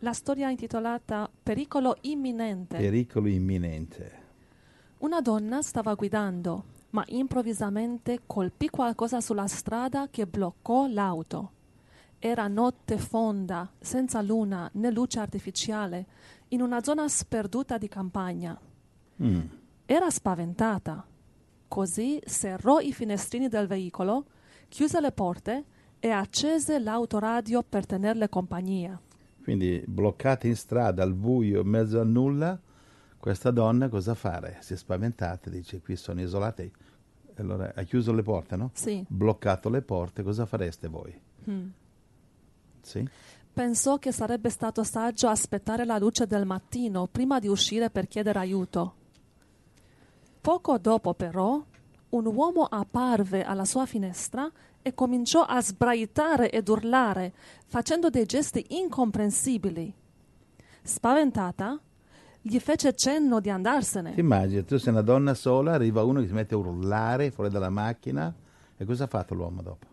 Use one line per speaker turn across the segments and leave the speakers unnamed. la storia intitolata Pericolo imminente.
pericolo imminente.
Una donna stava guidando, ma improvvisamente colpì qualcosa sulla strada che bloccò l'auto. Era notte fonda, senza luna né luce artificiale, in una zona sperduta di campagna.
Mm.
Era spaventata. Così serrò i finestrini del veicolo, chiuse le porte e accese l'autoradio per tenerle compagnia.
Quindi bloccata in strada al buio, in mezzo a nulla, questa donna cosa fare? Si è spaventata, dice qui sono isolata. E Allora ha chiuso le porte, no?
Sì. mm.
Bloccato le porte, cosa fareste voi? Sì?
Pensò che sarebbe stato saggio aspettare la luce del mattino prima di uscire per chiedere aiuto. Poco dopo, però, un uomo apparve alla sua finestra e cominciò a sbraitare ed urlare, facendo dei gesti incomprensibili. Spaventata, gli fece cenno di
Ti
andarsene.
immagini, tu sei una donna sola, arriva uno che si mette a urlare fuori dalla macchina e cosa ha fatto l'uomo dopo?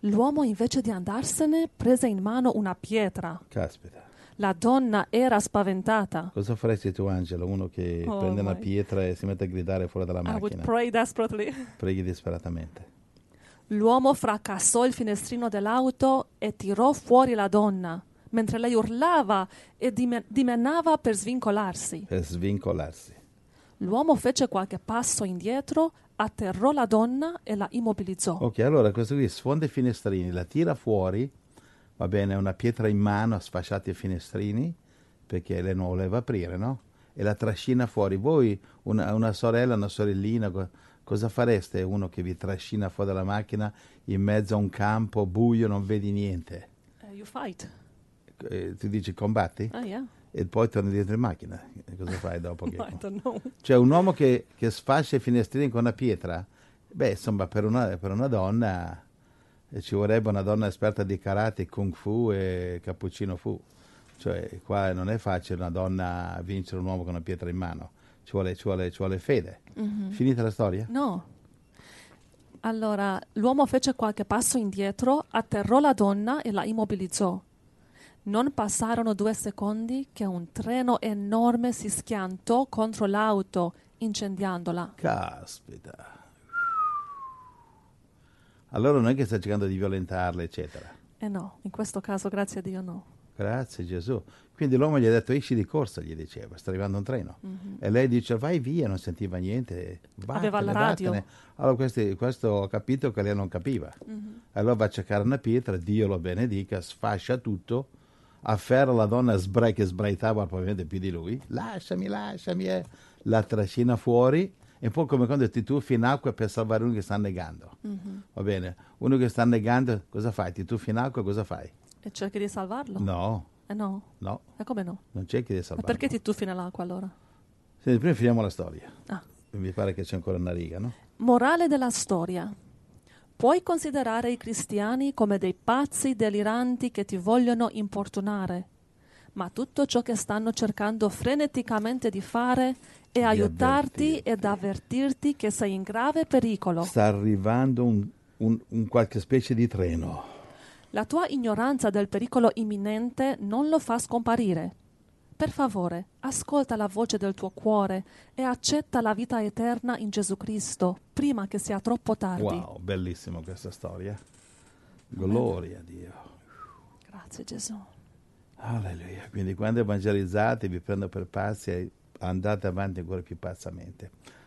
L'uomo, invece di andarsene, prese in mano una pietra.
Caspita.
La donna era spaventata.
Cosa faresti tu, Angelo? Uno che
Oh,
prende una
my.
pietra e si mette a gridare fuori dalla
I would
macchina.
pray desperately.
Preghi disperatamente.
L'uomo fracassò il finestrino dell'auto e tirò fuori la donna, mentre lei urlava e dime- dimenava per svincolarsi.
Per svincolarsi.
L'uomo fece qualche passo indietro, atterrò la donna e la immobilizzò.
Ok, allora questo qui sfonda i finestrini, la tira fuori, va bene, una pietra in mano ha sfasciato i finestrini perché lei non voleva aprire, no? E la trascina fuori. Voi, una, una sorella, una sorellina, co- cosa fareste? Uno che vi trascina fuori dalla macchina in mezzo a un campo buio, non vedi niente.
Eh, you fight.
Eh, ti dici combatti
Ah, yeah?
e poi torni dietro in macchina. E Cosa fai dopo? che-
No, I don't know.
Cioè, un uomo che, che sfascia i finestrini con una pietra, beh, insomma, per una, per una donna eh, ci vorrebbe una donna esperta di karate, kung fu e cappuccino fu. Cioè, qua non è facile una donna vincere un uomo con una pietra in mano, ci vuole, ci vuole- ci vuole fede. Finita la storia?
No. Allora, l'uomo fece qualche passo indietro, atterrò la donna e la immobilizzò. Non passarono due secondi che un treno enorme si schiantò contro l'auto, incendiandola.
Caspita. Allora non è che sta cercando di violentarla, eccetera.
E Eh no, in questo caso, grazie a Dio, no.
Grazie Gesù. Quindi l'uomo gli ha detto esci di corsa, gli diceva, sta arrivando un treno. E lei dice vai via, non sentiva niente. Vattene,
Mhm. Aveva la radio.
vattene. Allora questi- questo ha capito che lei non capiva.
Mhm.
Allora va a cercare una pietra, Dio lo benedica, sfascia tutto, afferra la donna sbra- che sbraitava probabilmente più di lui, lasciami, lasciami, eh. la trascina fuori. È un po' come quando ti tuffi in acqua per salvare uno che sta annegando.
Mhm.
Va bene, uno che sta annegando, cosa fai? Ti tuffi in acqua, cosa fai?
E cerchi di salvarlo?
No,
E no.
no,
E come no?
non c'è chi di
Ma
salvarlo.
perché ti tuffi nell'acqua allora?
Senti, prima finiamo la storia.
Ah.
Mi pare che c'è ancora una riga, no?
Morale della storia. Puoi considerare i cristiani come dei pazzi deliranti che ti vogliono importunare, ma tutto ciò che stanno cercando freneticamente di fare è aiutarti
avvertirti.
ed avvertirti che sei in grave pericolo.
Sta arrivando un, un- un qualche specie di treno.
La tua ignoranza del pericolo imminente non lo fa scomparire. Per favore, ascolta la voce del tuo cuore e accetta la vita eterna in Gesù Cristo prima che sia troppo tardi.
Wow, bellissima questa storia. Gloria a Dio.
Grazie Gesù.
Alleluia. Quindi quando evangelizzate vi prendo per pazzi e andate avanti ancora più pazzamente.